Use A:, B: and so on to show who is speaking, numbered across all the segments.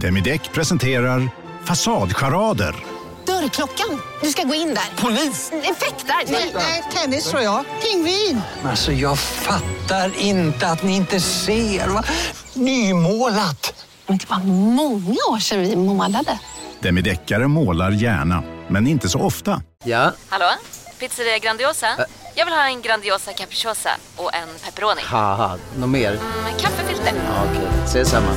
A: Demideck presenterar Fasadcharader.
B: Dörrklockan. Du ska gå in där. Polis? Effektar? Nej, nej, tennis tror jag. Pingvin.
C: Alltså jag fattar inte att ni inte ser. Va? Nymålat!
B: Men det var många år sedan vi målade.
A: Demideckare målar gärna, men inte så ofta.
C: Ja,
D: Hallå? Pizzeria Grandiosa? Jag vill ha en Grandiosa capriciosa och en pepperoni.
C: haha, något mer?
D: Med kaffefilter.
C: Okej, ses samma.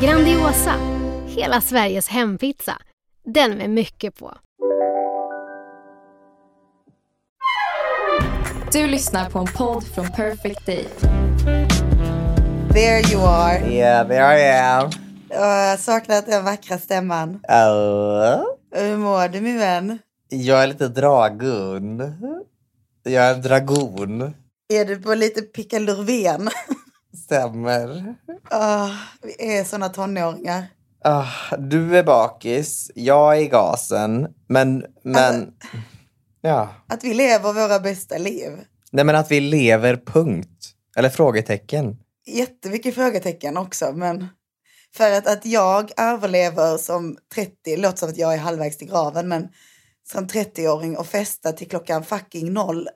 E: Grandiosa, hela Sveriges hempizza. Den med mycket på.
F: Du lyssnar på en podd från Perfect Day.
G: There you are.
C: Yeah, there I am.
G: Och jag har saknat den vackra stämman.
C: Uh,
G: Hur mår du min vän?
C: jag är lite dragun. Jag är en dragon.
G: Är du på lite pickalurven?
C: Stämmer.
G: Ah, vi är såna tonåringar.
C: Ah, du är bakis, jag är i gasen. Men, men... Ja.
G: Att vi lever våra bästa liv.
C: Nej men att vi lever, punkt. Eller frågetecken.
G: Jättemycket frågetecken också, men för att, att jag överlever som 30, låter som att jag är halvvägs till graven, men som 30-åring och festa till klockan fucking noll,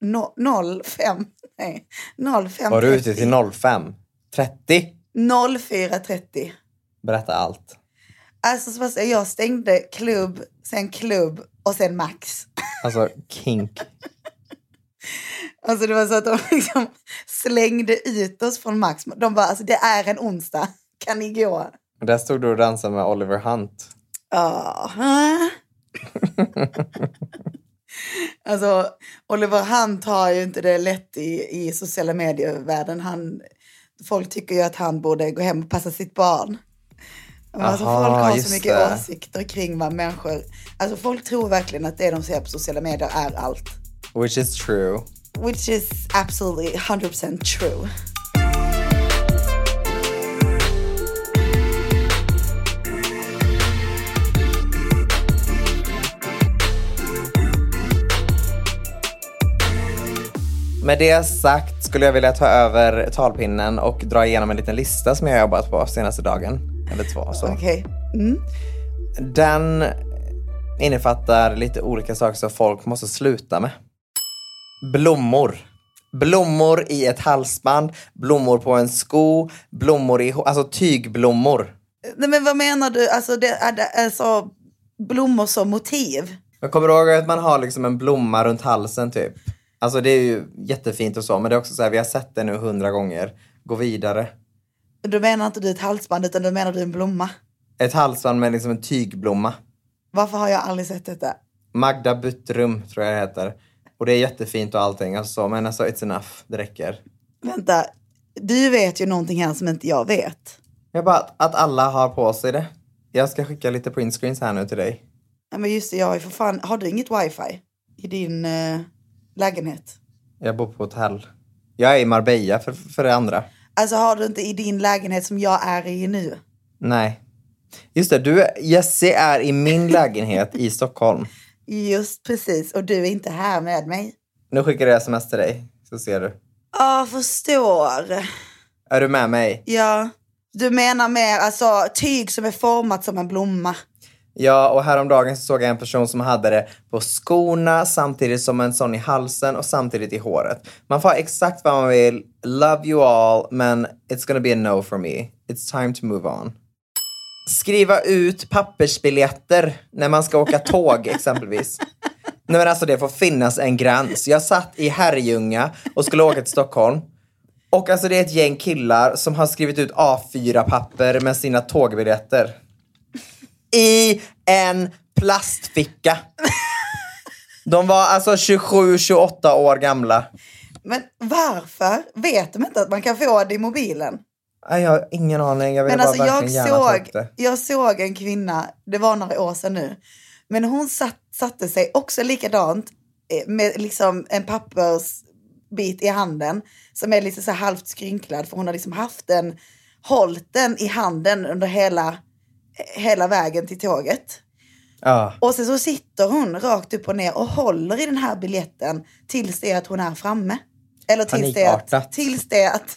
G: no, noll fem, nej, noll fem
C: Var du ute till 05? 30?
G: 04.30.
C: Berätta allt.
G: Alltså Sebastian, jag stängde klubb, sen klubb och sen Max.
C: Alltså kink.
G: Alltså det var så att de liksom slängde ut oss från Max. De bara, alltså det är en onsdag, kan ni gå?
C: Där stod du och dansade med Oliver Hunt.
G: Ja. alltså Oliver Hunt har ju inte det lätt i, i sociala medievärlden. Han, folk tycker ju att han borde gå hem och passa sitt barn. Alltså,
C: Aha,
G: folk har
C: just
G: så mycket
C: det.
G: åsikter kring vad människor... Alltså folk tror verkligen att det de ser på sociala medier är allt.
C: Which is true.
G: Which is absolutely 100% true.
C: Med det sagt skulle jag vilja ta över talpinnen och dra igenom en liten lista som jag har jobbat på senaste dagen. Eller två. Så.
G: Okej. Mm.
C: Den innefattar lite olika saker som folk måste sluta med. Blommor. Blommor i ett halsband, blommor på en sko, blommor i hå- Alltså tygblommor.
G: Nej men vad menar du? Alltså, det, är det- alltså blommor som motiv?
C: Jag kommer ihåg att man har liksom en blomma runt halsen typ. Alltså det är ju jättefint och så, men det är också så här, vi har sett det nu hundra gånger. Gå vidare.
G: Då menar inte du ett halsband utan då menar du en blomma.
C: Ett halsband med liksom en tygblomma.
G: Varför har jag aldrig sett detta?
C: Magda Buttrum tror jag det heter. Och det är jättefint och allting, alltså, så, men alltså it's enough, det räcker.
G: Vänta, du vet ju någonting här som inte jag vet.
C: Jag bara, att, att alla har på sig det. Jag ska skicka lite printscreens här nu till dig.
G: Ja, men just det, jag har ju för fan... Har du inget wifi i din eh, lägenhet?
C: Jag bor på hotell. Jag är i Marbella för, för det andra.
G: Alltså har du inte i din lägenhet som jag är i nu?
C: Nej. Just det, du, är- Jesse är i min lägenhet i Stockholm.
G: Just precis, och du är inte här med mig.
C: Nu skickar jag sms till dig, så ser du.
G: Ja, förstår.
C: Är du med mig?
G: Ja. Du menar mer alltså tyg som är format som en blomma?
C: Ja, och häromdagen så såg jag en person som hade det på skorna samtidigt som en sån i halsen och samtidigt i håret. Man får ha exakt vad man vill. Love you all, men it's gonna be a no for me. It's time to move on. Skriva ut pappersbiljetter när man ska åka tåg exempelvis. Nej men alltså det får finnas en gräns. Jag satt i Herrljunga och skulle åka till Stockholm. Och alltså det är ett gäng killar som har skrivit ut A4-papper med sina tågbiljetter i en plastficka. De var alltså 27-28 år gamla.
G: Men varför? Vet de inte att man kan få det i mobilen?
C: Nej, Jag har ingen aning. Jag ville
G: Men
C: bara
G: alltså jag
C: verkligen gärna ta upp
G: såg,
C: det.
G: jag såg en kvinna, det var några år sedan nu, men hon satt, satte sig också likadant eh, med liksom en pappersbit i handen som är lite så här halvt skrynklad för hon har liksom haft den, hållit den i handen under hela, hela vägen till tåget.
C: Ja.
G: Och sen så sitter hon rakt upp och ner och håller i den här biljetten tills det att hon är framme. Eller tills det,
C: Panikartat.
G: att, tills det att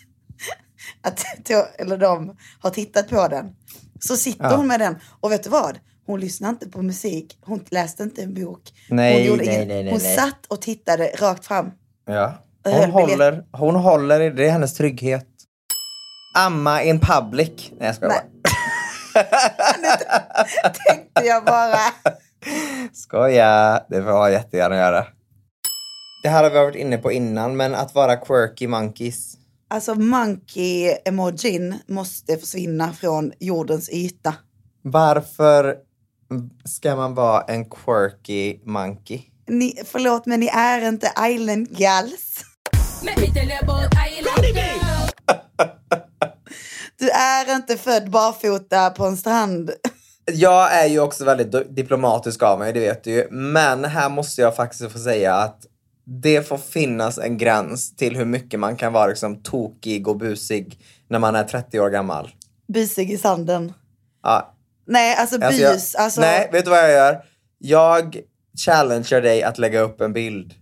G: att to- eller de har tittat på den. Så sitter
C: Ja.
G: hon med den och vet du vad? Hon lyssnade inte på musik, hon läste inte en bok. hon
C: Nej,
G: gjorde
C: nej,
G: inget.
C: nej, nej,
G: hon
C: nej.
G: satt och tittade rakt fram.
C: Ja.
G: Jag
C: Hon
G: höll biljett.
C: håller, hon håller, i- det är hennes trygghet. Amma in public. Nej jag skojar
G: Nej. Tänkte jag bara.
C: bara. Skoja, det får jag jättegärna göra. Det här har vi varit inne på innan, men att vara quirky monkeys.
G: Alltså monkey-emojin måste försvinna från jordens yta.
C: Varför ska man vara en quirky monkey?
G: Ni, förlåt men ni är inte island girls. Du är inte född barfota på en strand.
C: Jag är ju också väldigt du- diplomatisk av mig, det vet du ju. Men här måste jag faktiskt få säga att det får finnas en gräns till hur mycket man kan vara liksom tokig och busig när man är 30 år gammal.
G: Busig i sanden.
C: Ja,
G: Nej, alltså bus.
C: alltså
G: Alltså,
C: jag, Nej, vet du vad jag gör? Jag challengear dig att lägga upp en bild,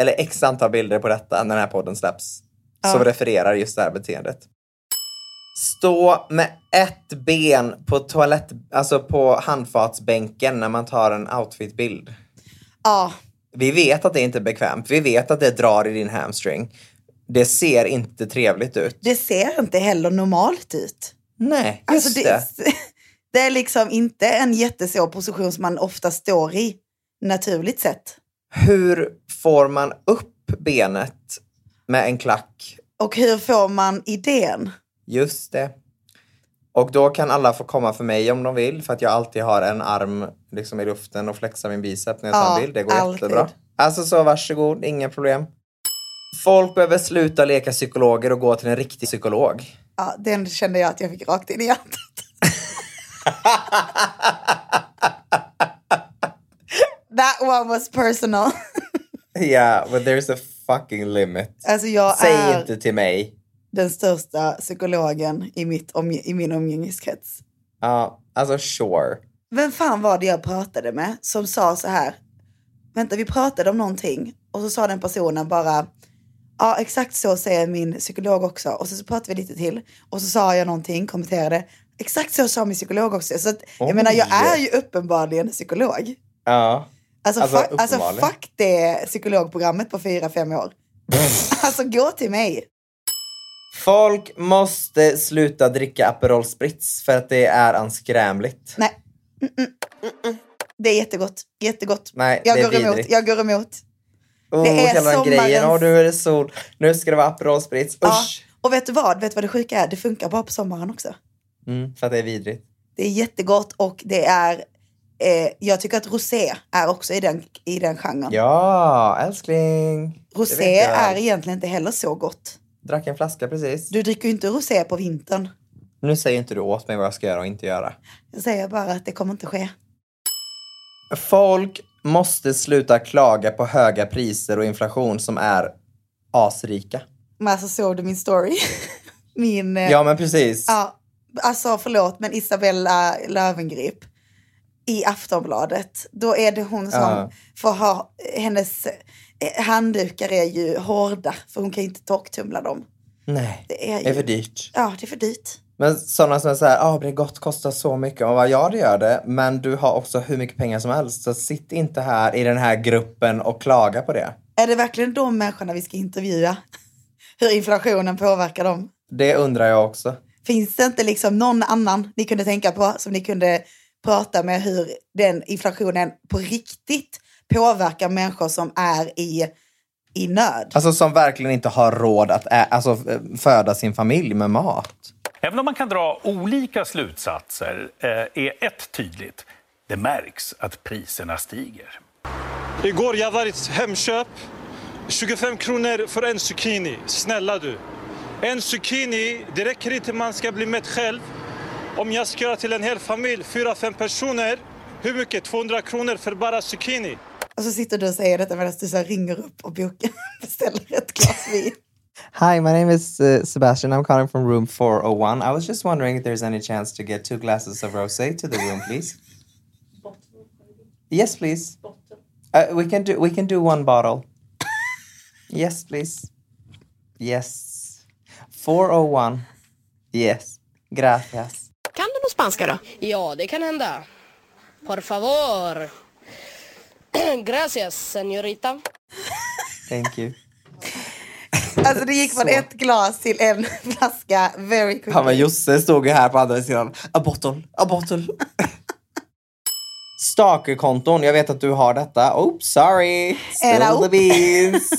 C: eller x antal bilder på detta när den här podden släpps. Som
G: Ja.
C: refererar just det här beteendet. Stå med ett ben på toalett, alltså på handfatsbänken när man tar en outfitbild.
G: Ja,
C: Vi vet att det inte är bekvämt. Vi vet att det drar i din hamstring. Det ser inte trevligt ut.
G: det ser inte heller normalt ut.
C: Nej, just
G: Alltså,
C: det.
G: det. det är liksom inte en jättesvår position som man ofta står i naturligt sett.
C: Hur får man upp benet med en klack
G: Och hur får man idén?
C: Just det. Och då kan alla få komma för mig om de vill för att jag alltid har en arm liksom i luften och flexar min bicep när jag tar en
G: Ja,
C: bild. Det går
G: alltid.
C: jättebra. Alltså så varsågod, inga problem. Folk behöver sluta leka psykologer och gå till en riktig psykolog.
G: Ja, den kände jag att jag fick rakt in i hjärtat. That one was personal.
C: Ja, yeah, but there's a fucking limit.
G: Alltså jag
C: Säg
G: är
C: inte till mig.
G: den största psykologen i, mitt omge- i min omgivningskrets.
C: Ja, alltså sure.
G: Vem fan var det jag pratade med som sa så här. Vänta, vi pratade om någonting och så sa den personen bara. Ja, exakt så säger min psykolog också. Och så, så pratade vi lite till och så sa jag någonting, kommenterade. Exakt så sa min psykolog också. Så att,
C: Oj.
G: jag menar, jag är ju uppenbarligen psykolog.
C: Ja.
G: Alltså,
C: Alltså,
G: fuck, alltså
C: uppenbarligen.
G: fuck det psykologprogrammet på fyra fem år. alltså gå till mig.
C: Folk måste sluta dricka Aperol Spritz för att det är anskrämligt.
G: Nej. Mm-mm. Det är jättegott. Jättegott.
C: Nej,
G: jag
C: det är
G: går emot.
C: vidrigt.
G: Jag går emot.
C: Oh,
G: Det är
C: hela den grejen. Åh,
G: sommarens-
C: nu är det sol. Nu ska det vara Aperol Spritz.
G: Ja.
C: Usch!
G: Och vet du vad? Vet du vad det sjuka är? Det funkar bara på sommaren också.
C: Mm, för att det är vidrigt.
G: Det är jättegott och det är... Eh, jag tycker att rosé är också i den, i den genren.
C: Ja, älskling. Det
G: rosé
C: vet jag.
G: är egentligen inte heller så gott.
C: Drack en flaska precis.
G: Du dricker ju inte rosé på vintern.
C: Nu säger inte du åt mig vad jag ska göra och inte göra.
G: Jag säger bara att det kommer inte ske.
C: Folk måste sluta klaga på höga priser och inflation som är asrika.
G: Men alltså såg du min story? min... eh,
C: Ja, men precis.
G: Ja, alltså förlåt men Isabella Löwengrip i Aftonbladet, då är det hon som
C: Ja.
G: får ha hennes eh, handdukar är ju hårda för hon kan ju inte torktumla dem.
C: Nej,
G: Det är ju,
C: det är för dyrt.
G: Ja, det är för dyrt.
C: Men sådana som är såhär, ah, Bregott kostar så mycket. Och bara, ja det gör det, men du har också hur mycket pengar som helst. Så sitt inte här i den här gruppen och klaga på det.
G: Är det verkligen de människorna vi ska intervjua? Hur inflationen påverkar dem?
C: Det undrar jag också.
G: Finns det inte liksom någon annan ni kunde tänka på som ni kunde prata med hur den inflationen på riktigt påverkar människor som är i, i nöd?
C: Alltså som verkligen inte har råd att ä- alltså, f- föda sin familj med mat.
H: Även om man kan dra olika slutsatser eh, är ett tydligt. Det märks att priserna stiger.
I: Igår jag var i Hemköp. 25 kronor för en zucchini. Snälla du. En zucchini, det räcker inte man ska bli mätt själv. Om jag ska göra till en hel familj, fyra fem personer. Hur mycket? 200 kronor för bara zucchini.
G: Och så sitter du och säger detta medan du så här ringer upp och bokar, beställer ett glas vin.
C: Hi, my name is uh, Sebastian. I'm calling from room 401. I was just wondering if there's any chance to get two glasses of rosé to the room, please. Yes, please. Uh, we can do we can do one bottle. Yes, please. Yes. 401. Yes. Gracias.
J: Kan du någon spanska då? Ja, det kan hända. Por favor. Gracias, señorita.
C: Thank you.
G: Alltså det gick från ett glas till en flaska very quickly.
C: Han var Josse stod ju här på andra sidan. A bottle, a bottle. Stalkerkonton, jag vet att du har detta. Oops, sorry. Spill
G: Era
C: the
G: oop.
C: beans.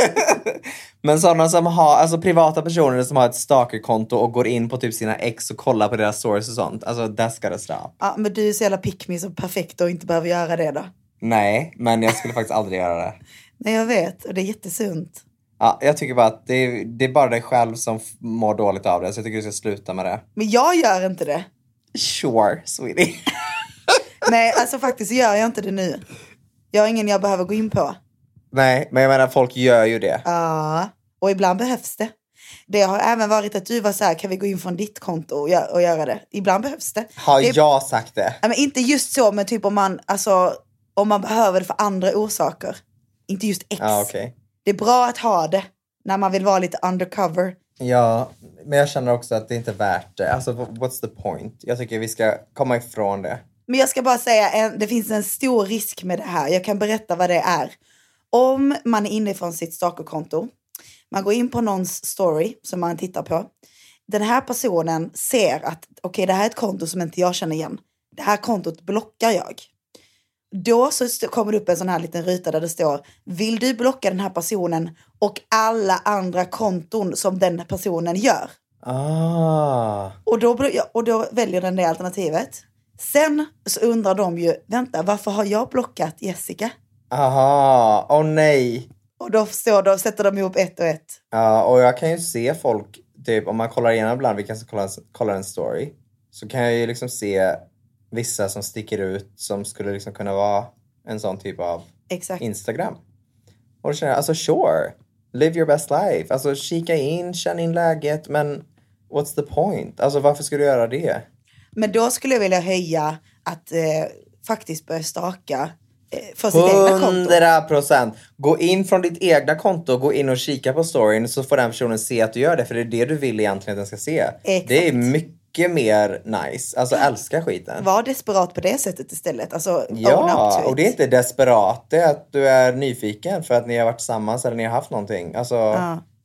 C: Men sådana som har, alltså privata personer som har ett stalkerkonto och går in på typ sina ex och kollar på deras stories och sånt. Alltså där ska det stå.
G: Ja, men du är så jävla pick me som perfekt och inte behöver göra det då.
C: Nej, men jag skulle faktiskt aldrig göra det.
G: Nej jag vet och det är jättesunt.
C: Ja, jag tycker bara att det är, det är bara dig själv som f- mår dåligt av det, så jag tycker du ska sluta med det.
G: Men jag gör inte det.
C: Sure, sweetie.
G: Nej alltså faktiskt gör jag inte det nu. Jag har ingen jag behöver gå in på.
C: Nej, men jag menar folk gör ju det.
G: Ja, och ibland behövs det. Det har även varit att du var så här, kan vi gå in från ditt konto och, gö- och göra det? Ibland behövs det.
C: Har
G: det är-
C: jag sagt det?
G: Nej, men inte just så, men typ om man, alltså, om man behöver det för andra orsaker. Inte just ex.
C: Ja, Ah, okej.
G: Det är bra att ha det när man vill vara lite undercover.
C: Ja, men jag känner också att det inte är värt det. Alltså, wh- what's the point? Jag tycker vi ska komma ifrån det.
G: Men jag ska bara säga, en, det finns en stor risk med det här. Jag kan berätta vad det är. Om man är inne från sitt stalkerkonto, man går in på någons story som man tittar på. Den här personen ser att okej, det här är ett konto som inte jag känner igen. Det här kontot blockar jag. Då så st- kommer det upp en sån här liten ruta där det står vill du blocka den här personen och alla andra konton som den personen gör?
C: Ah,
G: Och då, bru- ja, och då väljer den det alternativet. Sen så undrar de ju, vänta, varför har jag blockat Jessica?
C: aha, åh nej.
G: Och då, står, då sätter de ihop ett och ett.
C: Ja, och jag kan ju se folk, typ om man kollar igenom ibland vilka som kollar, kollar en story, så kan jag ju liksom se vissa som sticker ut som skulle liksom kunna vara en sån typ av
G: Exakt.
C: Instagram. Och då känner jag, alltså sure, live your best life. Alltså kika in, känn in läget, men what's the point? Alltså varför skulle du göra det?
G: Men då skulle jag vilja höja att eh, faktiskt börja staka eh, för sitt egna konto.
C: 100 procent. Gå in från ditt egna konto, gå in och kika på storyn så får den personen se att du gör det för det är det du vill egentligen att den ska se.
G: Exakt.
C: Det är mycket mer nice. Alltså älska skiten.
G: Var desperat på det sättet istället. Alltså, own
C: Ja,
G: up to
C: och det är
G: it.
C: inte desperat. Det är att du är nyfiken för att ni har varit tillsammans eller ni har haft någonting. Alltså,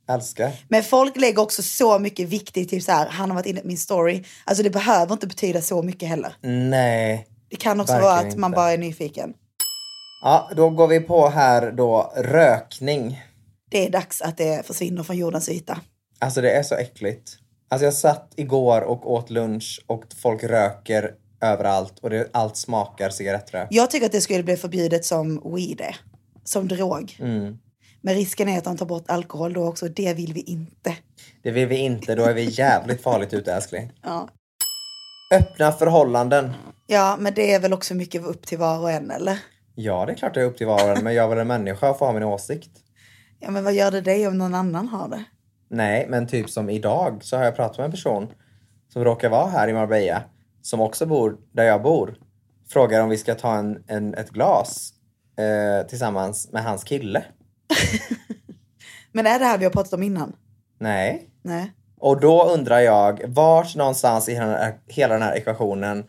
C: älska.
G: Men folk lägger också så mycket viktigt, typ så här, han har varit inne på min story. Alltså det behöver inte betyda så mycket heller.
C: Nej.
G: Det kan också
C: Verkligen
G: vara att man
C: inte.
G: bara är nyfiken.
C: Ja, då går vi på här då rökning.
G: Det är dags att det försvinner från jordens yta.
C: Alltså det är så äckligt. Alltså jag satt igår och åt lunch och folk röker överallt och det, allt smakar cigarettrök.
G: Jag tycker att det skulle bli förbjudet som weed är. Som drog. Men risken är att de tar bort alkohol då också. Det vill vi inte.
C: Det vill vi inte, då är vi jävligt farligt ute älskling.
G: Ja.
C: Öppna förhållanden.
G: ja, men det är väl också mycket upp till var och en eller?
C: Ja, det är klart det är upp till var och en, men jag är väl en människa och får ha min åsikt.
G: Ja, men vad gör det dig om någon annan har det?
C: Nej, men typ som idag så har jag pratat med en person som råkar vara här i Marbella, som också bor där jag bor, frågar om vi ska ta en, en, ett glas eh, tillsammans med hans kille.
G: Men är det här vi har pratat om innan?
C: Nej.
G: Nej.
C: Och då undrar jag, vart någonstans i den här, hela den här ekvationen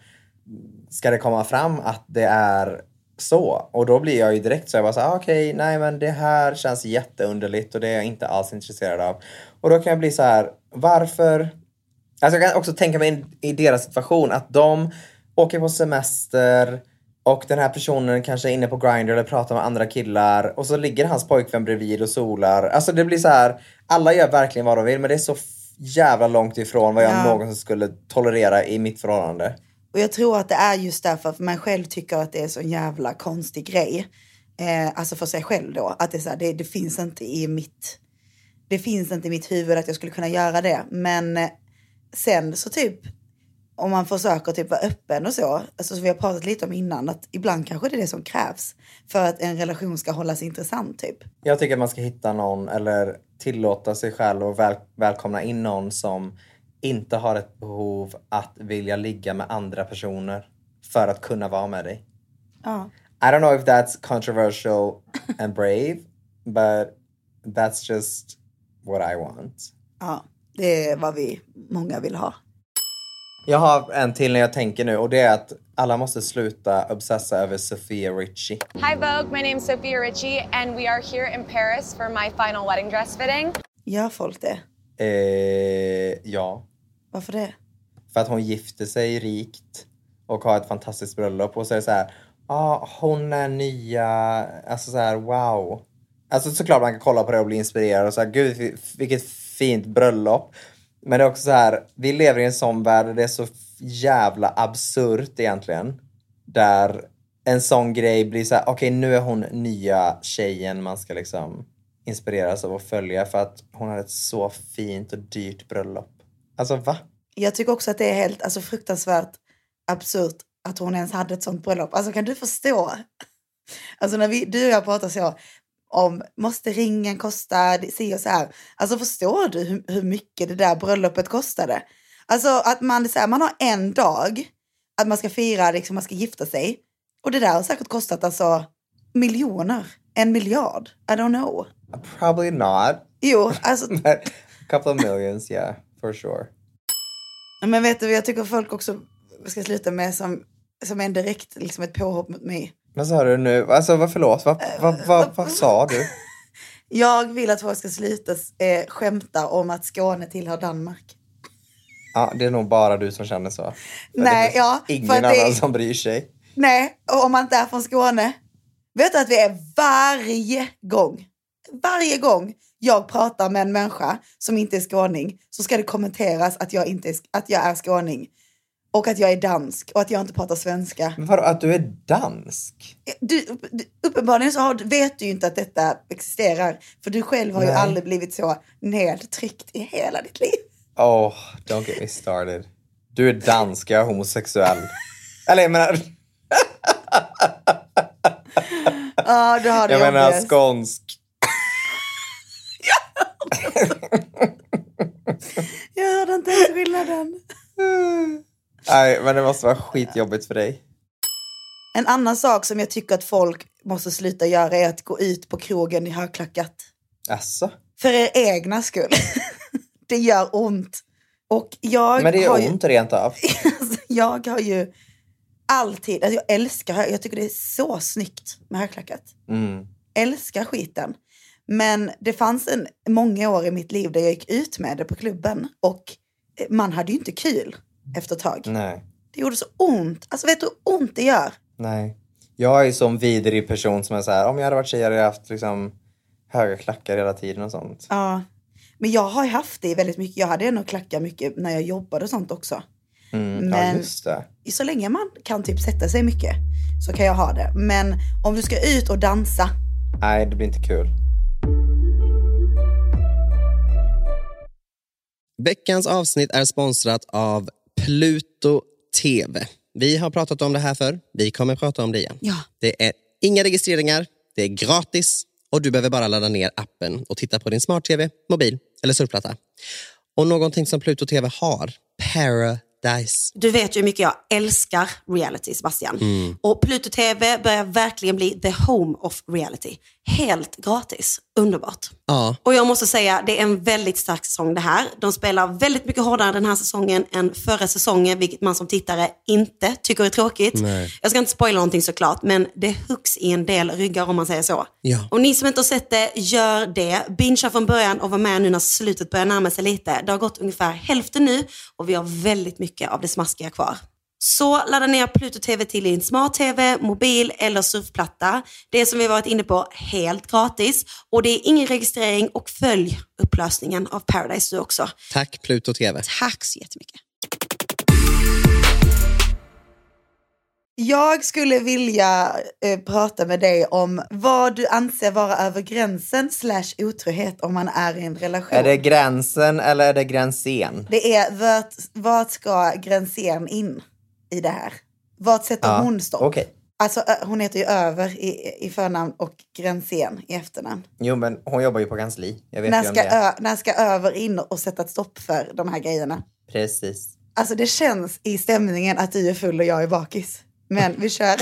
C: ska det komma fram att det är så? Och då blir jag ju direkt så jag bara så här, ah, okej, nej men det här känns jätteunderligt och det är jag inte alls intresserad av. Och då kan jag bli så här, varför? Alltså jag kan också tänka mig in, i deras situation att de åker på semester och den här personen kanske är inne på Grindr eller pratar med andra killar och så ligger hans pojkvän bredvid och solar. Alltså det blir så här, alla gör verkligen vad de vill men det är så f- jävla långt ifrån vad jag
G: Ja.
C: någonsin skulle tolerera i mitt förhållande.
G: Och jag tror att det är just därför att man själv tycker att det är så en jävla konstig grej. Eh, alltså för sig själv då. Att det, är så här, det, det finns inte i mitt... Det finns inte i mitt huvud att jag skulle kunna göra det. Men eh, sen så typ om man försöker typ vara öppen och så. Alltså som vi har pratat lite om innan. Att ibland kanske det är det som krävs. För att en relation ska hållas intressant typ.
C: Jag tycker att man ska hitta någon eller tillåta sig själv och väl, välkomna in någon som inte har ett behov att vilja ligga med andra personer för att kunna vara med dig.
G: Ja.
C: I don't know if that's controversial and brave, but that's just what I want.
G: ja. Det är vad vi många vill ha.
C: Jag har en till när jag tänker nu och det är att alla måste sluta obsessa över Sofia Richie.
K: Hi Vogue, my name's Sophia Ritchie and we are here in Paris for my final wedding dress fitting.
G: Gör folk det?
C: Eh, ja,
G: Varför det?
C: för att hon gifter sig rikt och har ett fantastiskt bröllop och så är det så här, ah, hon är nya, alltså så här wow. Alltså såklart man kan kolla på det och bli inspirerad och så här, gud vil- vilket fint bröllop. Men det är också så här, vi lever i en sån värld där det är så jävla absurt egentligen. Där en sån grej blir så här, okej nu är hon nya tjejen man ska liksom inspireras av och följa för att hon har ett så fint och dyrt bröllop. Alltså va?
G: Jag tycker också att det är helt alltså, fruktansvärt absurt att hon ens hade ett sånt bröllop. Alltså kan du förstå? Alltså när vi, du och jag pratar så om måste ringen kosta det- si och så här. Alltså förstår du hur, hur mycket det där bröllopet kostade? Alltså att man, så här, man har en dag att man ska fira, liksom, man ska gifta sig. Och det där har säkert kostat alltså miljoner, en miljard. I don't know.
C: Probably not.
G: Jo, alltså
C: But a couple of millions, yeah, for sure.
G: Ja, Men vet du, jag tycker folk också ska sluta med som, som en direkt, liksom ett påhopp mot mig.
C: Vad sa du nu? Alltså, vad förlåt? Vad,
G: Eh,
C: vad, vad, vad sa du?
G: Jag vill att folk ska sluta eh, skämta om att Skåne tillhör Danmark.
C: Ja, det är nog bara du som känner så. För
G: Nej,
C: det
G: ja,
C: Ingen
G: för att
C: annan
G: det-
C: som bryr sig.
G: Nej, och om man inte är från Skåne. Vet du att vi är varje gång, varje gång jag pratar med en människa som inte är skåning så ska det kommenteras att jag, inte är, sk- att jag är skåning och att jag är dansk och att jag inte pratar svenska.
C: Men vadå, att du är dansk?
G: du, du- uppenbarligen så har, du- vet du ju inte att detta existerar. För du själv har ju
C: Nej.
G: aldrig blivit så nedtryckt i hela ditt liv.
C: Oh, don't get me started. Du är dansk, jag är homosexuell. Eller jag menar,
G: Ja, du har det
C: jag menar
G: jobbigast.
C: skånsk.
G: Jag hörde inte ens skillnaden.
C: Nej, men det måste vara skitjobbigt för dig.
G: En annan sak som jag tycker att folk måste sluta göra är att gå ut på krogen i högklackat.
C: Alltså.
G: För er egna skull. det gör ont. Och jag
C: Men det
G: har
C: är
G: ju-
C: ont rent av.
G: Alltså, jag har ju alltid, alltså jag älskar, hö- jag tycker det är så snyggt med högklackat.
C: Mm.
G: älskar skiten. Men det fanns en, många år i mitt liv där jag gick ut med det på klubben och eh, man hade ju inte kul efter ett tag.
C: Nej.
G: Det gjorde så ont. Alltså vet du hur ont det gör?
C: Nej. Jag är ju sån vidrig person som är så här, om jag hade varit tjej hade jag haft liksom höga klackar hela tiden och sånt.
G: Ja. Men jag har ju haft det väldigt mycket. Jag hade nog klackat mycket när jag jobbade och sånt också.
C: Mm. Ja,
G: Men-
C: just det.
G: Så länge man kan typ sätta sig mycket så kan jag ha det. Men om du ska ut och dansa.
C: Nej, det blir inte kul.
L: Veckans avsnitt är sponsrat av Pluto TV. Vi har pratat om det här förr. Vi kommer prata om det igen.
M: Ja.
L: Det är inga registreringar, det är gratis och du behöver bara ladda ner appen och titta på din smart-tv, mobil eller surfplatta. Och någonting som Pluto TV har, Paradise.
M: Du vet ju hur mycket jag älskar reality, Sebastian.
L: Mm.
M: Och Pluto TV börjar verkligen bli the home of reality. Helt gratis. Underbart.
L: Ja,
M: Och jag måste säga, det är en väldigt stark säsong det här. De spelar väldigt mycket hårdare den här säsongen än förra säsongen, vilket man som tittare inte tycker är tråkigt.
L: Nej.
M: Jag ska inte spoila någonting såklart, men det huggs i en del ryggar om man säger så.
L: ja.
M: Och ni som inte har sett det, gör det. Bingea från början och var med nu när slutet börjar närma sig lite. Det har gått ungefär hälften nu och vi har väldigt mycket av det smaskiga kvar. Så ladda ner Pluto TV till din smart-TV, mobil eller surfplatta. Det är som vi varit inne på helt gratis och det är ingen registrering och följ upplösningen av Paradise du också.
L: Tack Pluto TV.
M: Tack så jättemycket.
G: Jag skulle vilja eh, prata med dig om vad du anser vara över gränsen slash otrohet om man är i en relation.
C: Är det gränsen eller är det gränsen?
G: Det är vart, vart ska gränsen in i det här? Vart sätter
C: Ja,
G: hon stopp?
C: Okej.
G: Alltså ö- hon heter ju Över i, i förnamn och gränsen i efternamn.
C: Jo, men hon jobbar ju på kansli. Jag vet
G: När
C: ju om
G: ska,
C: det.
G: ö, när ska Över in och sätta ett stopp för de här grejerna?
C: Precis.
G: Alltså det känns i stämningen att du är full och jag är bakis. Men vi kör.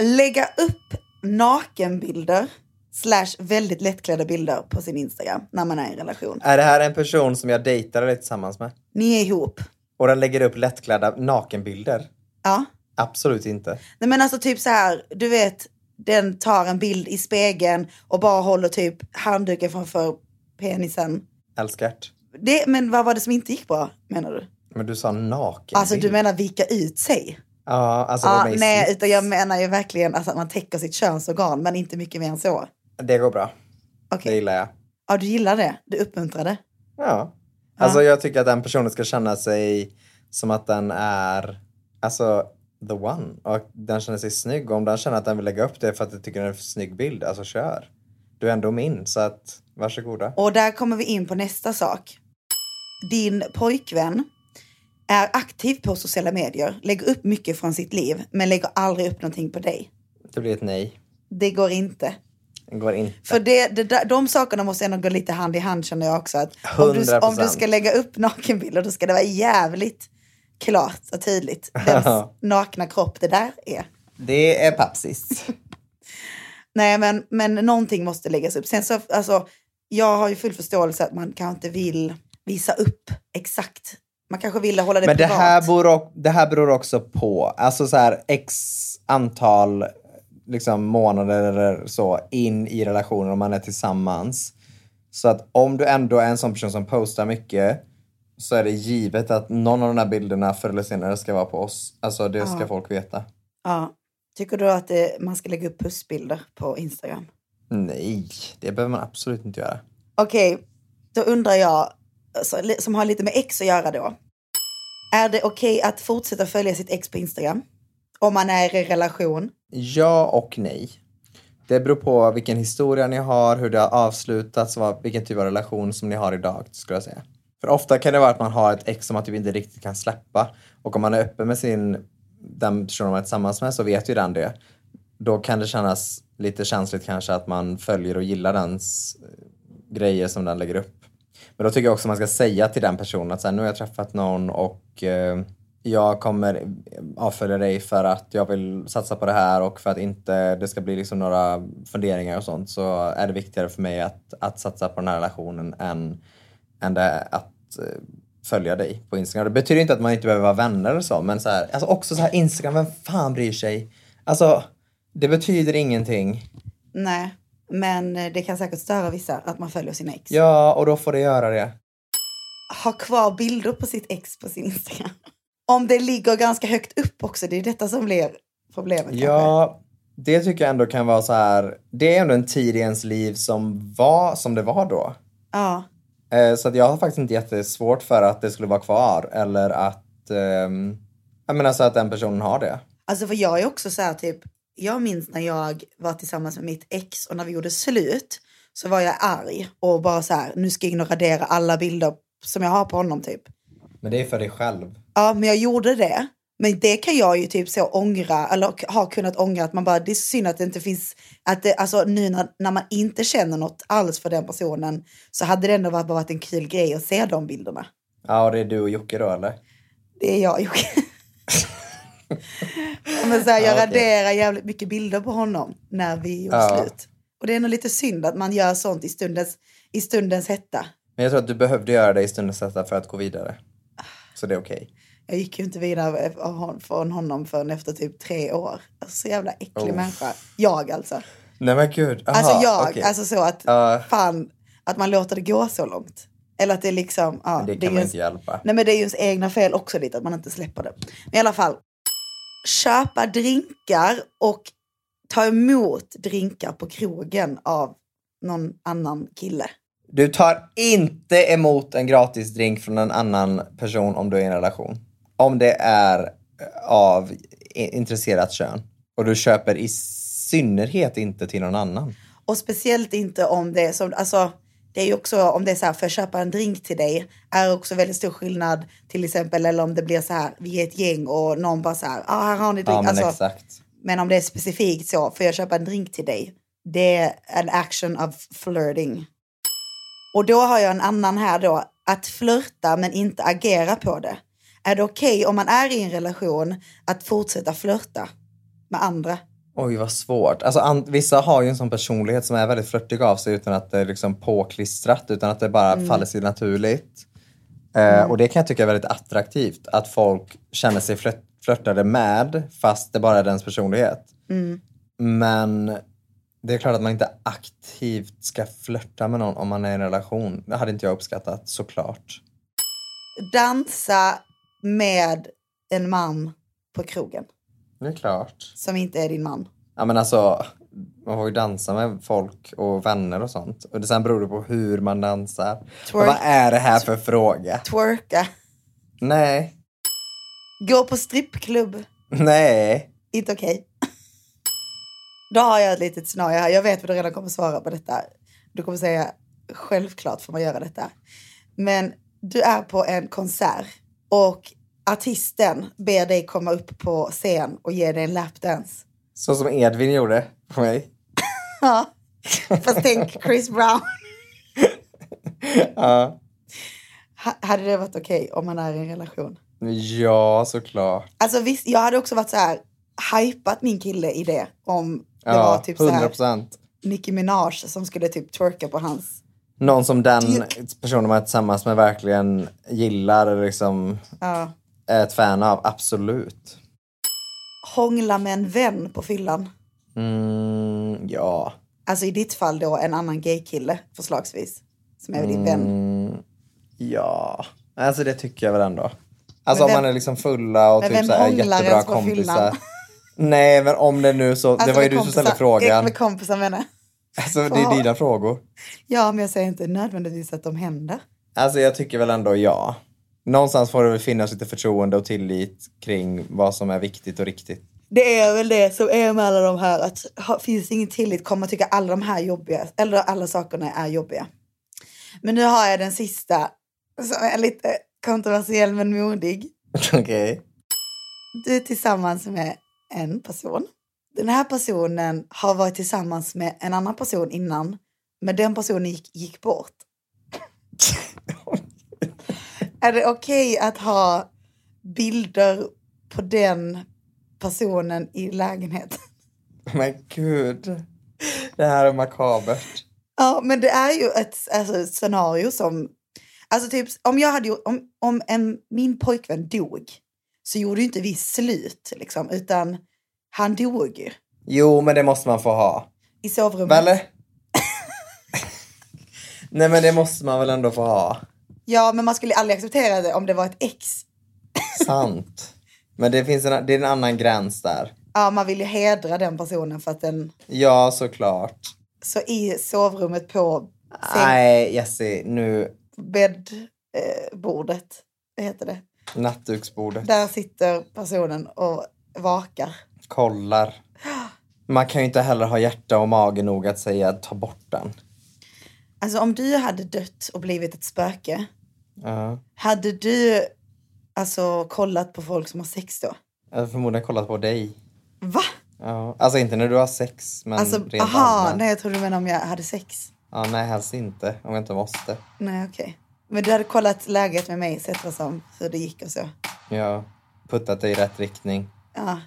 G: Lägga upp nakenbilder slash väldigt lättklädda bilder på sin Instagram när man är i en relation.
C: Är det här en person som jag dejtade tillsammans med?
G: Ni är ihop.
C: Och den lägger upp lättklädda nakenbilder?
G: Ja.
C: Absolut inte.
G: Nej men alltså typ så här, du vet, den tar en bild i spegeln och bara håller typ handduken framför penisen.
C: Älskar't.
G: Det, men vad var det som inte gick bra menar du?
C: Men du sa naken.
G: Alltså du menar vika ut sig?
C: Ja, alltså
G: Ja,
C: ah,
G: nej, utan jag menar ju verkligen alltså, att man täcker sitt könsorgan, men inte mycket mer än så.
C: Det går bra. Det gillar jag.
G: Ja, du gillar det. Du uppmuntrar det.
C: Ja. Alltså jag tycker att den personen ska känna sig som att den är alltså the one. Och den känner sig snygg. Och om den känner att den vill lägga upp det för att den tycker det är en snygg bild, alltså kör. Du är ändå min, så att varsågoda.
G: Och där kommer vi in på nästa sak. Din pojkvän är aktiv på sociala medier, lägger upp mycket från sitt liv, men lägger aldrig upp någonting på dig.
C: Det blir ett nej.
G: Det går inte.
C: Det går inte.
G: För det, det, där- de sakerna måste ändå gå lite hand i hand känner jag också. Att om, du, om du
C: 100%.
G: ska lägga upp nakenbilder då ska det vara jävligt klart och tydligt vems nakna kropp det där är.
C: Det är papsis.
G: Nej, men, men någonting måste läggas upp. Sen så, alltså, jag har ju full förståelse att man kanske inte vill visa upp exakt. Man kanske vill hålla det
C: Men det
G: privat.
C: här, beror, det här beror också på, alltså så här x antal liksom, månader eller så in i relationen om man är tillsammans. Så att om du ändå är en sån person som postar mycket så är det givet att någon av de här bilderna förr eller senare ska vara på oss. Alltså det ska
G: Ja.
C: folk veta.
G: Ja. Tycker du att eh, man ska lägga upp pussbilder på Instagram?
C: Nej, det behöver man absolut inte göra.
G: Okej, då undrar jag, alltså, li- som har lite med ex att göra då. Är det okej att fortsätta följa sitt ex på Instagram? Om man är i relation?
C: Ja och nej. Det beror på vilken historia ni har, hur det har avslutats, vad, vilken typ av relation som ni har idag skulle jag säga. För ofta kan det vara att man har ett ex som man typ inte riktigt kan släppa. Och om man är öppen med sin, den personen man är tillsammans med så vet ju den det. Då kan det kännas lite känsligt kanske att man följer och gillar dens eh, grejer som den lägger upp. Men då tycker jag också man ska säga till den personen att så här, nu har jag träffat någon och eh, jag kommer avfölja dig för att jag vill satsa på det här och för att inte det ska bli liksom några funderingar och sånt så är det viktigare för mig att, att satsa på den här relationen än, än det, att eh, följa dig på Instagram. Det betyder inte att man inte behöver vara vänner eller så men så här, alltså också så här Instagram, vem fan bryr sig? Alltså det betyder ingenting.
G: Nej, men eh, det kan säkert störa vissa att man följer sina ex.
C: Ja, och då får det göra det.
G: ha kvar bilder på sitt ex på sin Instagram. Om det ligger ganska högt upp också, det är detta som blir problemet.
C: Ja, det tycker jag ändå kan vara så här. Det är ändå en tid i ens liv som var som det var då.
G: Ja.
C: Eh, Så att jag har faktiskt inte jättesvårt för att det skulle vara kvar eller att, ehm, jag menar så att den personen har det.
G: Alltså för jag är också så här typ, jag minns när jag var tillsammans med mitt ex och när vi gjorde slut så var jag arg och bara så här, nu ska jag in och radera alla bilder som jag har på honom typ.
C: Men det är för dig själv.
G: Ja, men jag gjorde det. Men det kan jag ju typ så ångra, eller har kunnat ångra, att man bara, det är synd att det inte finns, att det, alltså nu när, när man inte känner något alls för den personen så hade det ändå varit, bara varit en kul grej att se de bilderna.
C: Ja, och det är du och Jocke då eller?
G: Det är jag Jocke. men så här, jag
C: Ja, okej.
G: raderar jävligt mycket bilder på honom när vi gjorde
C: Ja.
G: slut. Och det är nog lite synd att man gör sånt i stundens, i stundens hetta.
C: Men jag tror att du behövde göra det i stundens hetta för att gå vidare. Så det är okej.
G: Jag gick ju inte vidare av hon- från honom förrän efter typ tre år. Alltså, så jävla äcklig
C: Oh.
G: människa. Jag alltså.
C: Nej men gud. Aha,
G: alltså jag,
C: okej.
G: alltså så att
C: Ja,
G: fan, att man låter det gå så långt. Eller att det liksom, ja.
C: det
G: är
C: kan
G: ju
C: man
G: ens,
C: inte hjälpa.
G: Nej men det är ju ens egna fel också lite, att man inte släpper det. Men i alla fall, köpa drinkar och ta emot drinkar på krogen av någon annan kille.
C: Du tar inte emot en gratis drink från en annan person om du är i en relation. Om det är eh, av i- intresserat kön. Och du köper i synnerhet inte till någon annan.
G: Och speciellt inte om det är som, alltså det är ju också om det är så här, för jag köpa en drink till dig är också väldigt stor skillnad till exempel eller om det blir så här, vi är ett gäng och någon bara så här, ah, här har ni drink.
C: Ja, men
G: alltså,
C: exakt.
G: Men om det är specifikt så, får jag köpa en drink till dig? Det är en action of flirting. Och då har jag en annan här då, att flirta men inte agera på det. Är det okej om man är i en relation att fortsätta flirta med andra?
C: Oj, vad svårt. Alltså, an- vissa har ju en sån personlighet som är väldigt flörtig av sig utan att det är liksom påklistrat, utan att det bara
N: Mm.
C: faller sig naturligt. Eh,
N: Mm.
C: Och det kan jag tycka är väldigt attraktivt, att folk känner sig flört- flörtade med fast det bara är dens personlighet.
G: Mm.
C: Men det är klart att man inte aktivt ska flörta med någon om man är i en relation. Det hade inte jag uppskattat, såklart.
G: Dansa med en man på krogen
C: Det är klart.
G: som inte är din man.
C: Ja men alltså, man får ju dansa med folk och vänner och sånt. Och det sen beror det på hur man dansar.
G: Twerk.
C: Vad är det här för fråga?
G: Twerka.
C: Nej,
G: Gå på strippklubb.
C: nej.
G: Inte okej. Då har jag ett litet scenario här. Jag vet vad du redan kommer svara på detta. Du kommer säga självklart får man göra detta. Men du är på en konsert och artisten ber dig komma upp på scen och ge dig en lapdance.
C: Så som Edvin gjorde på mig.
G: Ja, fast tänk Chris Brown.
C: Ja,
G: Ha- Hade det varit okej om man är i en relation?
C: ja såklart.
G: Alltså visst, jag hade också varit så här hypat min kille i det om det var
C: Ja,
G: typ så här
C: 100%.
G: Nicki Minaj som skulle typ twerka på hans.
C: Någon som den
G: Typ.
C: personen man är tillsammans med verkligen gillar eller liksom
G: Ja.
C: är ett fan av, absolut.
G: Hångla med en vän på fyllan.
C: Mm, ja.
G: Alltså i ditt fall då en annan gay-kille förslagsvis. Som är din vän.
C: Mm, ja, alltså det tycker jag väl ändå. Alltså
G: Men
C: om
G: vem-
C: man är liksom fulla och
G: Men
C: typ
G: vem
C: så här är
G: hånglar
C: jättebra
G: ens på
C: kompisar.
G: fyllan?
C: Nej men om det nu så, det
G: Alltså
C: var ju
G: med
C: du som ställde
G: kompisar- eh,
C: frågan.
G: Med kompisar menar jag.
C: Alltså det är dina frågor.
G: Ja, men jag säger inte nödvändigtvis att de händer.
C: Alltså jag tycker väl ändå ja. Någonstans får det väl finnas lite förtroende och tillit kring vad som är viktigt och riktigt.
G: Det är väl det som är med alla de här att ha, finns det ingen tillit kommer man tycka alla de här jobbiga, eller alla sakerna är jobbiga. Men nu har jag den sista som är lite kontroversiell men modig.
C: Okej.
G: Du är tillsammans med en person. Den här personen har varit tillsammans med en annan person innan, men den personen gick, gick bort. är det okej att ha bilder på den personen i lägenheten?
C: Men gud. Det här är makabert.
G: Ja, men det är ju ett, alltså, ett scenario som... Alltså typ, om jag hade gjort, om, om en, min pojkvän dog så gjorde ju inte vi slut, liksom, utan han dog ju
C: Jo men det måste man få ha.
G: i sovrummet.
C: Eller? Nej men det måste man väl ändå få ha.
G: Ja, men man skulle aldrig acceptera det om det var ett ex.
C: Sant. Men det finns en, det är en annan gräns där.
G: Ja, man vill ju hedra den personen för att den...
C: Ja, såklart.
G: Så i sovrummet på
C: Nej, Jessie, nu
G: bäddbordet, vad heter det?
C: nattduksbordet.
G: Där sitter personen och vakar.
C: Kollar. Man kan ju inte heller ha hjärta och mage nog att säga ta bort den.
G: Alltså om du hade dött och blivit ett spöke,
C: Ja.
G: Hade du alltså kollat på folk som har sex då?
C: Jag har förmodligen kollat på dig.
G: Va?
C: Ja. Alltså inte när du har sex, men
G: alltså,
C: rent
G: aha,
C: allmänt.
G: nej jag trodde du menade om jag hade sex.
C: Ja, nej, helst inte. Om jag inte måste.
G: Nej okej. Men du hade kollat läget med mig, sett vad som, hur det gick och så.
C: Ja. Puttat dig i rätt riktning.
G: Ja.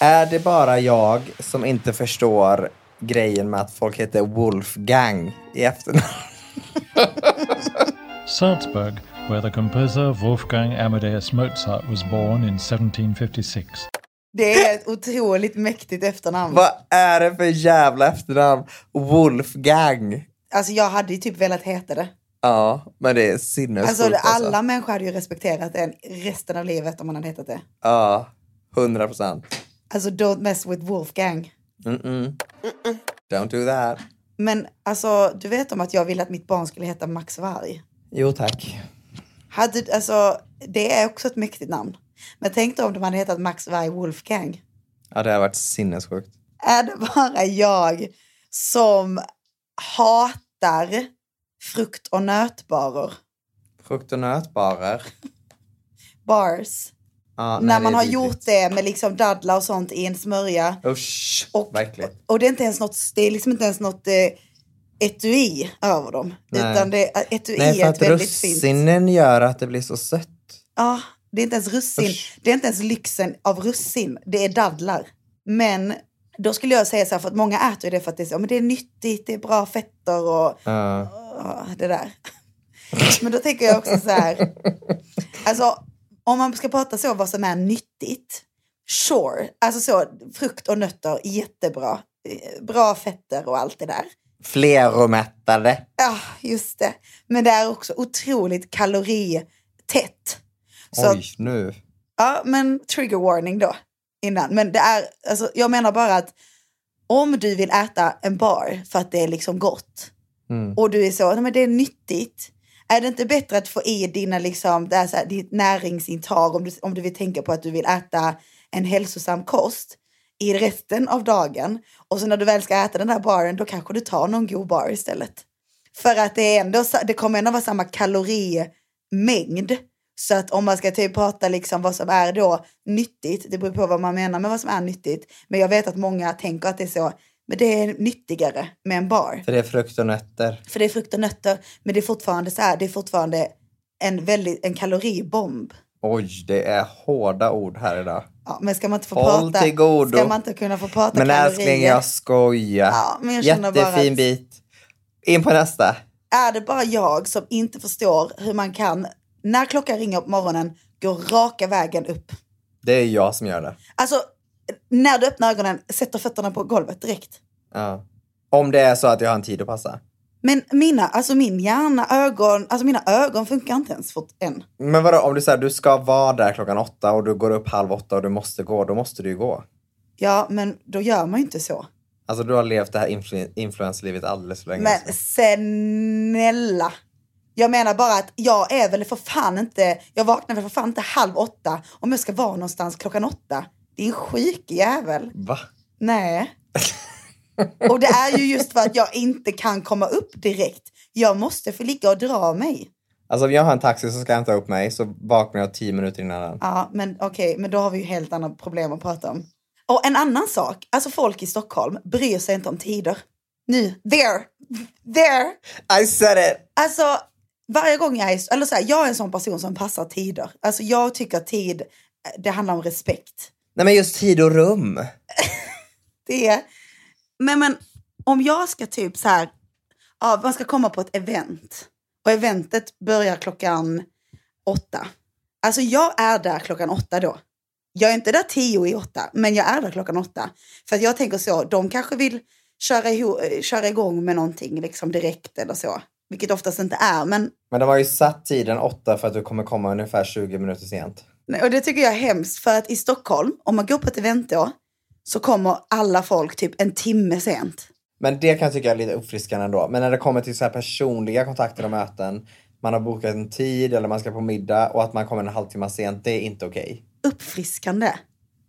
C: Är det bara jag som inte förstår grejen med att folk heter Wolfgang i efternamn?
O: Salzburg, where the composer Wolfgang Amadeus Mozart was born in 1756.
G: Det är ett otroligt mäktigt efternamn.
C: Vad är det för jävla efternamn? Wolfgang.
G: Alltså jag hade ju typ velat heta det.
C: Ja, men det är sinnessjukt.
G: Alltså alla
C: alltså.
G: människor hade ju respekterat en resten av livet om man hade hetat det.
C: Ja, hundra procent.
G: Alltså don't mess with Wolfgang.
C: Mm-mm. Don't do that.
G: Men alltså du vet om att jag ville att mitt barn skulle heta Max Varg.
C: Jo tack.
G: Hade, alltså, det är också ett mäktigt namn. Men tänk då om de hade hetat Max Varg Wolfgang.
C: Ja, det har varit sinnessjukt.
G: Är det bara jag som hatar frukt och nötbarer?
C: Frukt och nötbarer.
G: Bars.
C: Ja, nej,
G: när
C: det
G: man
C: är
G: har
C: vidrigt.
G: gjort det med liksom dadlar och sånt i en smörja.
C: Usch, verkligen.
G: Och det är inte ens något, det är liksom inte ens något eh, etui över dem.
C: Nej.
G: Utan det, etui
C: Nej, för
G: är
C: att
G: ett väldigt fint...
C: russinen gör att det blir så sött.
G: Ja, det är inte ens russin. Det är inte ens lyxen av russin. Det är dadlar. Men då skulle jag säga så här, för att många äter ju det för att det är, så, "Ja, men det är nyttigt, det är bra fetter och
C: Ja.
G: ja, det där. Men då tänker jag också så här, alltså om man ska prata så vad som är nyttigt, sure, alltså så frukt och nötter, jättebra, Eh, bra fetter och allt det där.
C: Fleromättade.
G: Ja, just det. Men det är också otroligt kaloritätt. Så att-
C: Oj, nu.
G: Ja, men trigger warning då innan. Men det är, alltså, jag menar bara att om du vill äta en bar för att det är liksom gott
C: Mm.
G: och du är så, nej men det är nyttigt. Är det inte bättre att få i dina, liksom, det är så här, ditt näringsintag om du, om du vill tänka på att du vill äta en hälsosam kost i resten av dagen och så när du väl ska äta den här baren då kanske du tar någon god bar istället. För att det, är ändå, sa- det kommer ändå vara samma kalorimängd. Så att om man ska typ prata liksom vad som är då nyttigt, det beror på vad man menar med vad som är nyttigt. Men jag vet att många tänker att det är så, men det är nyttigare med en bar.
C: För det är frukt och nötter.
G: För det är frukt och nötter, men det är fortfarande så här, det är fortfarande en, väldigt, en kaloribomb.
C: Oj, det är hårda ord här idag.
G: Ja, men ska man inte få
C: Håll
G: prata,
C: till godo.
G: ska man inte kunna få prata
C: Men
G: kalorier?
C: älskling, jag skojar.
G: Ja, men jag känner
C: Jättefin
G: bara att-
C: bit. In på nästa.
G: är det bara jag som inte förstår hur man kan, när klockan ringer på morgonen, gå raka vägen upp.
C: Det är jag som gör det.
G: Alltså, när du öppnar ögonen, sätter fötterna på golvet direkt.
C: Ja. Om det är så att jag har en tid att passa.
G: Men mina, alltså min hjärna, ögon, alltså mina ögon funkar inte ens fort än.
C: Men vadå, om du säger du ska vara där klockan åtta och du går upp halv åtta och du måste gå, då måste du ju gå.
G: Ja, men då gör man ju inte så.
C: Alltså du har levt det här influ- influencerlivet alldeles för länge.
G: Men snälla. Jag menar bara att jag är väl för fan inte, jag vaknar väl för fan inte halv åtta om jag ska vara någonstans klockan åtta. Det är en sjuk jävel.
C: Va?
G: Nej. Och det är ju just för att jag inte kan komma upp direkt. Jag måste få ligga och dra mig.
C: Alltså om jag har en taxi som ska hämta upp mig så vaknar jag tio minuter innan den.
G: Ja, men okej, men då har vi ju helt andra problem att prata om. Och en annan sak, alltså folk i Stockholm bryr sig inte om tider. Nu, there, there.
C: I said it.
G: Alltså, varje gång jag är, eller så här, jag är en sån person som passar tider. Alltså jag tycker att tid, eh, det handlar om respekt.
C: Nej men just tid och rum.
G: Det är, men, men om jag ska typ så här, ja, man ska komma på ett event och eventet börjar klockan åtta. Alltså jag är där klockan åtta då. Jag är inte där tio i åtta, men jag är där klockan åtta. För att jag tänker så, de kanske vill köra, iho- eh, köra igång med någonting liksom direkt eller så. Vilket oftast inte är, men
C: Men de har ju satt tiden åtta för att du kommer komma ungefär 20 minuter sent.
G: Nej, och det tycker jag är hemskt för att i Stockholm, om man går på ett event då, så kommer alla folk typ en timme sent.
C: Men det kan jag tycka är lite uppfriskande ändå. Men när det kommer till så här personliga kontakter och möten, man har bokat en tid eller man ska på middag och att man kommer en halvtimme sent, det är inte okej.
G: Uppfriskande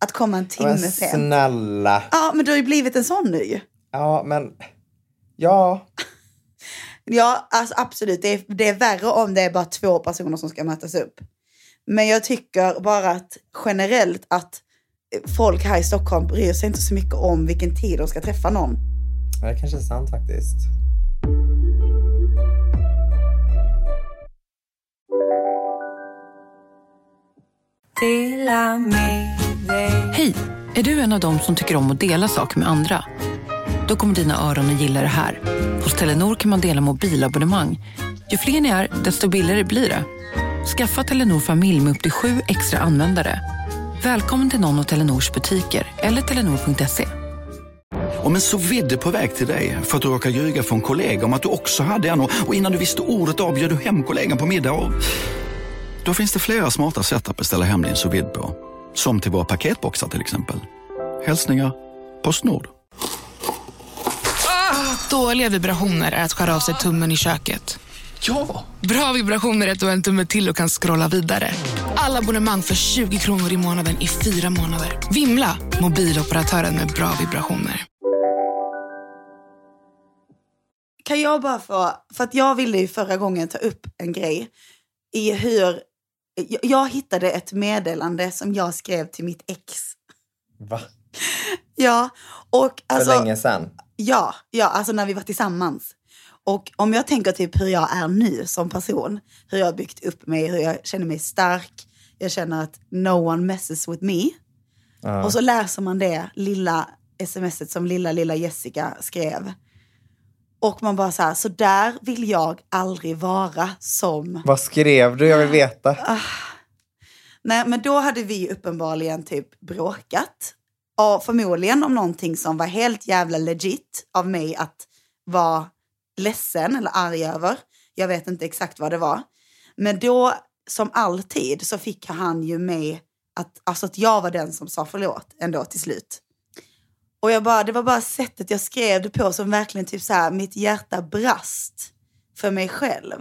G: att komma en timme
C: Men
G: sent.
C: snälla.
G: Ja, men du har ju blivit en sån nu ju.
C: Ja, men... Ja.
G: Ja, alltså absolut. Det är, det är värre om det är bara två personer som ska mötas upp. Men jag tycker bara att generellt att folk här i Stockholm bryr sig inte så mycket om vilken tid de ska träffa någon.
C: Ja, Det kanske är sant faktiskt.
N: Hej! Är du en av dem som tycker om att dela saker med andra? Då kommer dina öron att gilla det här. Hos Telenor kan man dela mobilabonnemang. Ju fler ni är, desto billigare blir det. Skaffa Telenor familj med upp till sju extra användare. Välkommen till någon av Telenors butiker eller telenor.se.
P: Om en så vidde på väg till dig för att du råkar ljuga från kollega om att du också hade en och och innan du visste ordet av bjöd du hem kollegan på middag och... Då finns det flera smarta sätt att beställa hem din sous vide på. Som till våra paketboxar till exempel. Hälsningar Postnord.
Q: Dåliga vibrationer är att skära av sig tummen i köket.
P: Ja!
Q: Bra vibrationer är att du har en tumme till och kan scrolla vidare. Alla abonnemang för 20 kronor i månaden i fyra månader. Vimla! Mobiloperatören med bra vibrationer.
G: Kan jag bara få, för att jag ville ju förra gången ta upp en grej i hur, jag, jag hittade ett meddelande som jag skrev till mitt ex.
C: Va?
G: Ja, och
C: För
G: alltså.
C: länge sedan.
G: Ja, ja, alltså när vi var tillsammans. Och om jag tänker typ hur jag är nu som person, hur jag har byggt upp mig, hur jag känner mig stark, jag känner att no one messes with me.
C: Ja.
G: Och så läser man det lilla smset som lilla, lilla Jessica skrev. Och man bara så här, så där vill jag aldrig vara som
C: Vad skrev du? Jag vill veta.
G: Ah. Nej, men då hade vi uppenbarligen typ bråkat. Och förmodligen om någonting som var helt jävla legit av mig att vara ledsen eller arg över. Jag vet inte exakt vad det var. Men då, som alltid, så fick han ju mig att, alltså att jag var den som sa förlåt ändå till slut. Och jag bara, det var bara sättet jag skrev det på som verkligen typ så här, mitt hjärta brast för mig själv.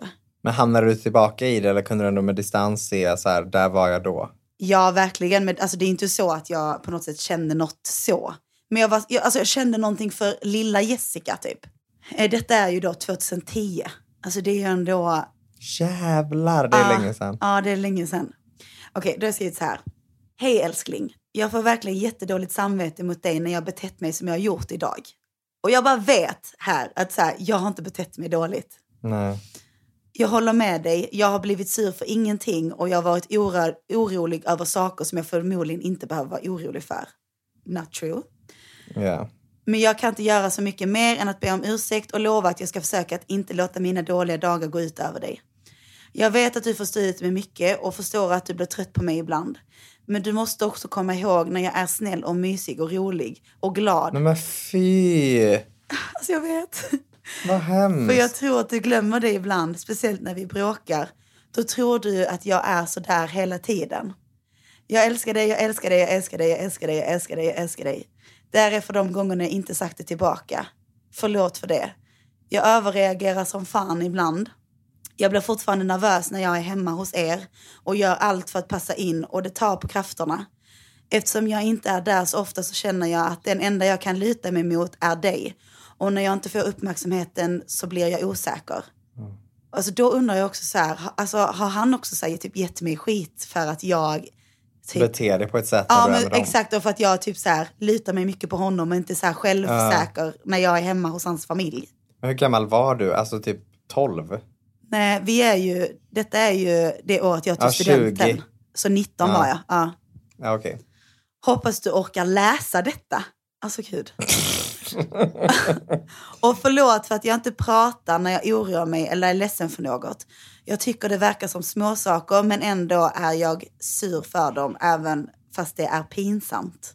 C: Men hamnade du tillbaka i det eller kunde du ändå med distans se så här, där var jag då?
G: Ja, verkligen. Men alltså, det är inte så att jag på något sätt kände något så. Men jag, var, jag, alltså, jag kände någonting för lilla Jessica, typ. Eh, Detta är ju då 2010. Alltså det är ju ändå...
C: Jävlar, det är
G: Ah,
C: länge sedan.
G: Ja, det är länge sedan. Okej, då har jag skrivit så här. Hej älskling. Jag får verkligen jättedåligt samvete mot dig när jag betett mig som jag har gjort idag. Och jag bara vet här att så här, jag har inte betett mig dåligt.
C: Nej.
G: Jag håller med dig. Jag har blivit sur för ingenting och jag har varit oro- orolig över saker som jag förmodligen inte behöver vara orolig för. Not true.
C: Ja.
G: Men jag kan inte göra så mycket mer än att be om ursäkt och lova att jag ska försöka att inte låta mina dåliga dagar gå ut över dig. Jag vet att du får stå ut med mycket och förstår att du blir trött på mig ibland. Men du måste också komma ihåg när jag är snäll och mysig och rolig och glad.
C: Nej men fy!
G: Alltså jag vet.
C: Vad hemskt.
G: För jag tror att du glömmer det ibland, speciellt när vi bråkar. Då tror du att jag är så där hela tiden. Jag älskar dig, jag älskar dig, jag älskar dig, jag älskar dig, jag älskar dig, jag älskar dig. Därefter de gångerna jag inte sagt det tillbaka. Förlåt för det. Jag överreagerar som fan ibland. Jag blir fortfarande nervös när jag är hemma hos er och gör allt för att passa in och det tar på krafterna. Eftersom jag inte är där så ofta så känner jag att den enda jag kan luta mig mot är dig. Och när jag inte får uppmärksamheten så blir jag osäker.
C: Mm.
G: Alltså då undrar jag också så här, ha- alltså, har han också så här, typ gett mig skit för att jag... Typ,
C: Bete dig på ett sätt när du
G: ja
C: är
G: men
C: med dem.
G: exakt, och för att jag typ så här, litar mig mycket på honom och inte så här självsäker när jag är hemma hos hans familj.
C: Men hur gammal var du? Alltså typ 12?
G: Nej, vi är ju, detta är ju det året jag tog
C: Ja, 20.
G: studenten. Så
C: Ja.
G: 19 var jag. Ja.
C: Ja, okej.
G: Hoppas du orkar läsa detta. Alltså gud. och förlåt för att jag inte pratar när jag oroar mig eller är ledsen för något. Jag tycker det verkar som småsaker men ändå är jag sur för dem även fast det är pinsamt.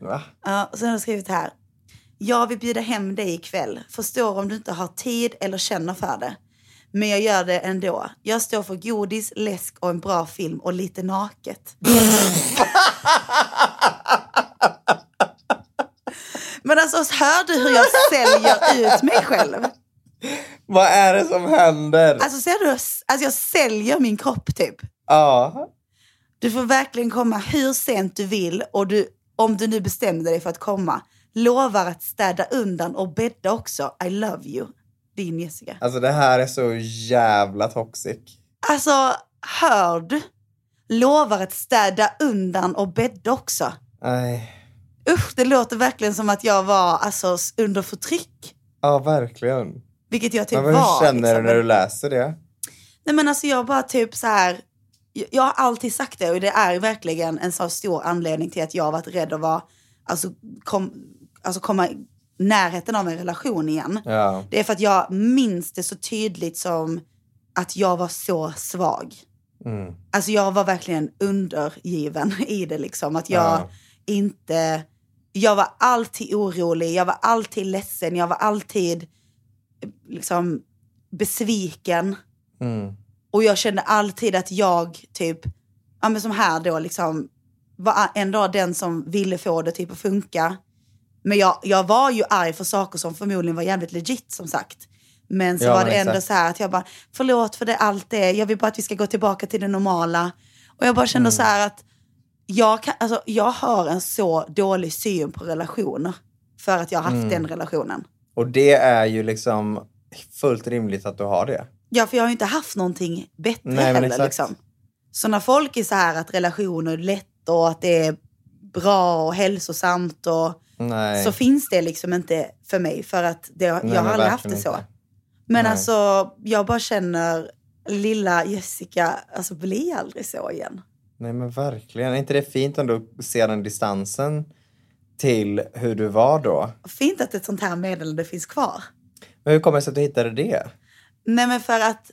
C: Va?
G: Ja, och sen har jag skrivit här. Jag vill bjuda hem dig ikväll. Förstår om du inte har tid eller känner för det. Men jag gör det ändå. Jag står för godis, läsk och en bra film och lite naket. Men alltså, hör du hur jag säljer ut mig själv?
C: Vad är det som händer?
G: Alltså, ser du? Alltså, jag säljer min kropp typ.
C: Ja.
G: Du får verkligen komma hur sent du vill och du, om du nu bestämde dig för att komma, lovar att städa undan och bädda också. I love you. Din Jessica.
C: Alltså det här är så jävla toxic.
G: Alltså, hör du? Lovar att städa undan och bädda också.
C: Nej.
G: Usch, det låter verkligen som att jag var alltså, s- under förtryck.
C: Ja, verkligen.
G: Vilket jag typ
C: Men hur
G: var.
C: känner du
G: liksom.
C: när du läser det?
G: Nej men alltså jag bara typ så här. jag- Jag har alltid sagt det och det är verkligen en så stor anledning till att jag har varit rädd att vara, alltså, kom, alltså komma i närheten av en relation igen.
C: Ja.
G: Det är för att jag minns det så tydligt som att jag var så svag.
C: Mm.
G: Alltså jag var verkligen undergiven i det liksom. Att jag
C: Ja.
G: inte, jag var alltid orolig, jag var alltid ledsen, jag var alltid liksom besviken.
C: Mm.
G: Och jag kände alltid att jag typ, ja men som här då liksom, var ändå den som ville få det typ att funka. Men jag, jag var ju arg för saker som förmodligen var jävligt legit som sagt. Men så
R: Ja,
G: var
R: men
G: det ändå
R: exakt.
G: så här att jag bara, förlåt för det, allt det, jag vill bara att vi ska gå tillbaka till det normala. Och jag bara
R: Mm.
G: kände så här att jag, kan, alltså, jag har en så dålig syn på relationer. För att jag har haft
C: Mm.
G: den relationen.
C: Och det är ju liksom fullt rimligt att du har det.
G: Ja, för jag har ju inte haft någonting bättre
C: Nej, men
G: heller.
C: exakt.
G: Liksom. Så när folk är så här att relationer är lätt och att det är bra och hälsosamt och
C: Nej.
G: så finns det liksom inte för mig för att det,
C: Nej,
G: jag
C: men
G: har aldrig haft det
C: verkligen
G: så.
C: inte.
G: Men
C: Nej.
G: alltså, jag bara känner lilla Jessica, alltså bli aldrig så igen.
C: Nej men verkligen. Är inte det fint ändå att se den distansen till hur du var då?
G: Fint att ett sånt här meddelande finns kvar.
C: Men hur kommer det sig att du hittade det?
G: Nej men för att